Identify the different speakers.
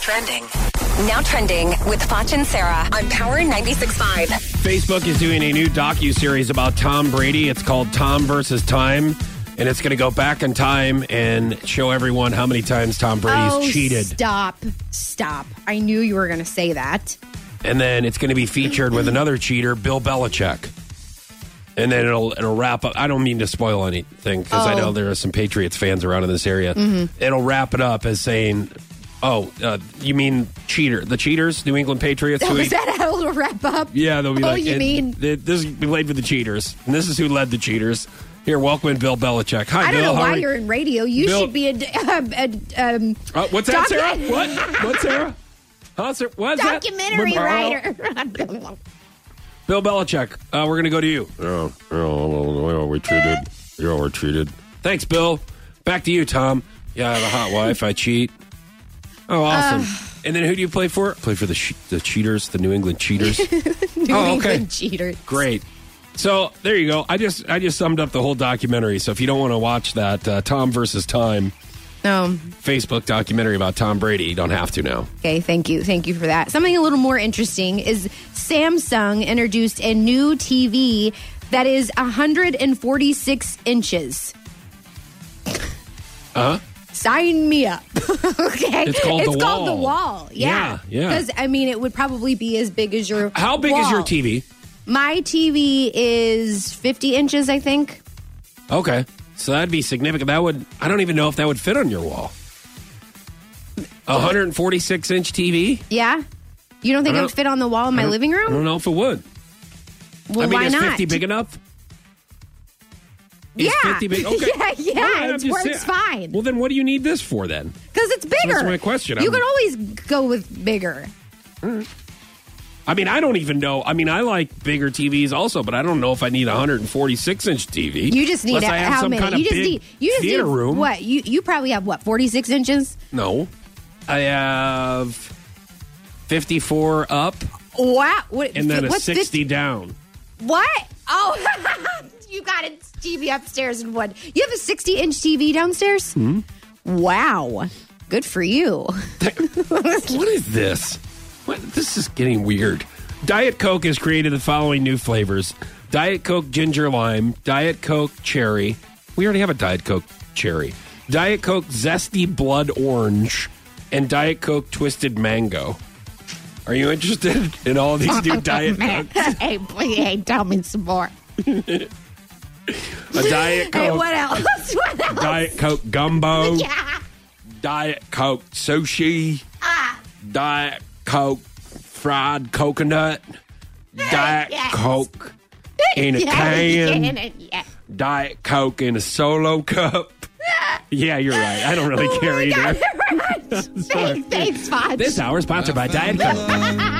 Speaker 1: Trending. Now trending with Foch and Sarah on Power 96.5.
Speaker 2: Facebook is doing a new docu series about Tom Brady. It's called Tom versus Time, and it's going to go back in time and show everyone how many times Tom Brady's
Speaker 3: oh,
Speaker 2: cheated.
Speaker 3: Stop. Stop. I knew you were going to say that.
Speaker 2: And then it's going to be featured with another cheater, Bill Belichick. And then it'll it'll wrap up. I don't mean to spoil anything because I
Speaker 3: Oh. Mm-hmm.
Speaker 2: know there are some Patriots fans around in this area. It'll wrap it up as saying, "Oh, uh, you mean cheater? The cheaters, New England Patriots? who
Speaker 3: Was
Speaker 2: he-
Speaker 3: that how it'll wrap up?
Speaker 2: Yeah, they'll be
Speaker 3: oh,
Speaker 2: like,
Speaker 3: you
Speaker 2: and
Speaker 3: mean?
Speaker 2: th- this is we played for the cheaters, and this is who led the cheaters. Here, welcome in Bill Belichick. Hi,
Speaker 3: I don't
Speaker 2: Bill. how
Speaker 3: know why
Speaker 2: are you?
Speaker 3: you're in radio. You
Speaker 2: Bill-
Speaker 3: should be a. a, a um,
Speaker 2: Uh, what's that,
Speaker 3: docu-
Speaker 2: Sarah? What? What, Sarah? Huh, Sarah? What's that?
Speaker 3: Documentary
Speaker 2: Well,
Speaker 3: writer.
Speaker 2: Bill Belichick. Uh, we're gonna go to you.
Speaker 4: Yeah, yeah, well, well, we cheated. Yeah, we cheated.
Speaker 2: Thanks, Bill. Back to you, Tom. Yeah, I have a hot wife. I cheat. Oh,
Speaker 3: Uh.
Speaker 2: awesome. and then who do you play for? Play for the sh- the cheaters, the New England cheaters.
Speaker 3: New
Speaker 2: Oh, okay.
Speaker 3: England cheater.
Speaker 2: Great. So there you go. I just I just summed up the whole documentary. So if you don't want to watch that uh, Tom versus Time
Speaker 3: No.
Speaker 2: Facebook documentary about Tom Brady, you don't have to now.
Speaker 3: Okay, thank you. Thank you for that. Something a little more interesting is Samsung introduced a new TV that is 146 inches. Uh huh. Sign me up. okay.
Speaker 2: Uh-huh. It's called The
Speaker 3: called The
Speaker 2: Wall.
Speaker 3: Wall. Yeah.
Speaker 2: Yeah, yeah.
Speaker 3: Because, I mean, it would probably be as big as your.
Speaker 2: How big is your
Speaker 3: wall.
Speaker 2: TV?
Speaker 3: My TV is 50 inches, I think.
Speaker 2: Okay. So that'd be significant. That would I don't even know if that would fit on your wall. A 146 inch TV?
Speaker 3: Yeah. You don't think
Speaker 2: I
Speaker 3: it
Speaker 2: don't-
Speaker 3: would fit on the wall in my living
Speaker 2: I don't
Speaker 3: room?
Speaker 2: know if it would.
Speaker 3: Well,
Speaker 2: Uh-huh. I mean,
Speaker 3: why
Speaker 2: is
Speaker 3: not?
Speaker 2: 50 big enough? Is
Speaker 3: Yeah.
Speaker 2: 50 big? Okay.
Speaker 3: Yeah, yeah,
Speaker 2: All right,
Speaker 3: it
Speaker 2: I'm just
Speaker 3: works
Speaker 2: saying-
Speaker 3: fine.
Speaker 2: Well, then what do you need this for then?
Speaker 3: Because it's bigger.
Speaker 2: That's my question. I'm-
Speaker 3: You can always go with bigger.
Speaker 2: I mean, I don't even know. I mean, I like bigger TVs also, but I don't know if I need a 146 inch TV.
Speaker 3: You just need
Speaker 2: Unless
Speaker 3: a,
Speaker 2: I have
Speaker 3: how
Speaker 2: some
Speaker 3: many?
Speaker 2: kind of
Speaker 3: you just
Speaker 2: big
Speaker 3: need you just
Speaker 2: theater
Speaker 3: need
Speaker 2: room.
Speaker 3: what? You you probably have what? Forty six inches?
Speaker 2: No, I have 54 up
Speaker 3: Wow. What?
Speaker 2: and then a
Speaker 3: what's
Speaker 2: 60
Speaker 3: 50
Speaker 2: down.
Speaker 3: what? Oh, you got a TV upstairs and one. You have a sixty inch TV downstairs.
Speaker 2: Hmm?
Speaker 3: Wow. Good for you.
Speaker 2: What is this? What? This is getting weird. Diet Coke has created the following new flavors Diet Coke Ginger Lime, Diet Coke Cherry. We already have a Diet Coke Cherry. Diet Coke Zesty Blood Orange, and Diet Coke Twisted Mango. Are you interested in all these new Diet
Speaker 3: Oh,
Speaker 2: uh,
Speaker 3: Man,
Speaker 2: Coke?
Speaker 3: hey, please, hey, tell me some more.
Speaker 2: A Diet
Speaker 3: Hey,
Speaker 2: Coke,
Speaker 3: what else? What else?
Speaker 2: Diet Coke Gumbo,
Speaker 3: Yeah.
Speaker 2: Diet Coke Sushi,
Speaker 3: Ah.
Speaker 2: Diet Coke Fried Coconut, Diet
Speaker 3: Yes.
Speaker 2: Coke in a
Speaker 3: Yeah,
Speaker 2: can.
Speaker 3: yeah, yeah.
Speaker 2: Diet Coke in a solo cup. yeah, you're right. I don't really
Speaker 3: Oh
Speaker 2: care
Speaker 3: my
Speaker 2: either.
Speaker 3: God. Thanks, thanks, Fox.
Speaker 2: This hour is sponsored by Diet Coke.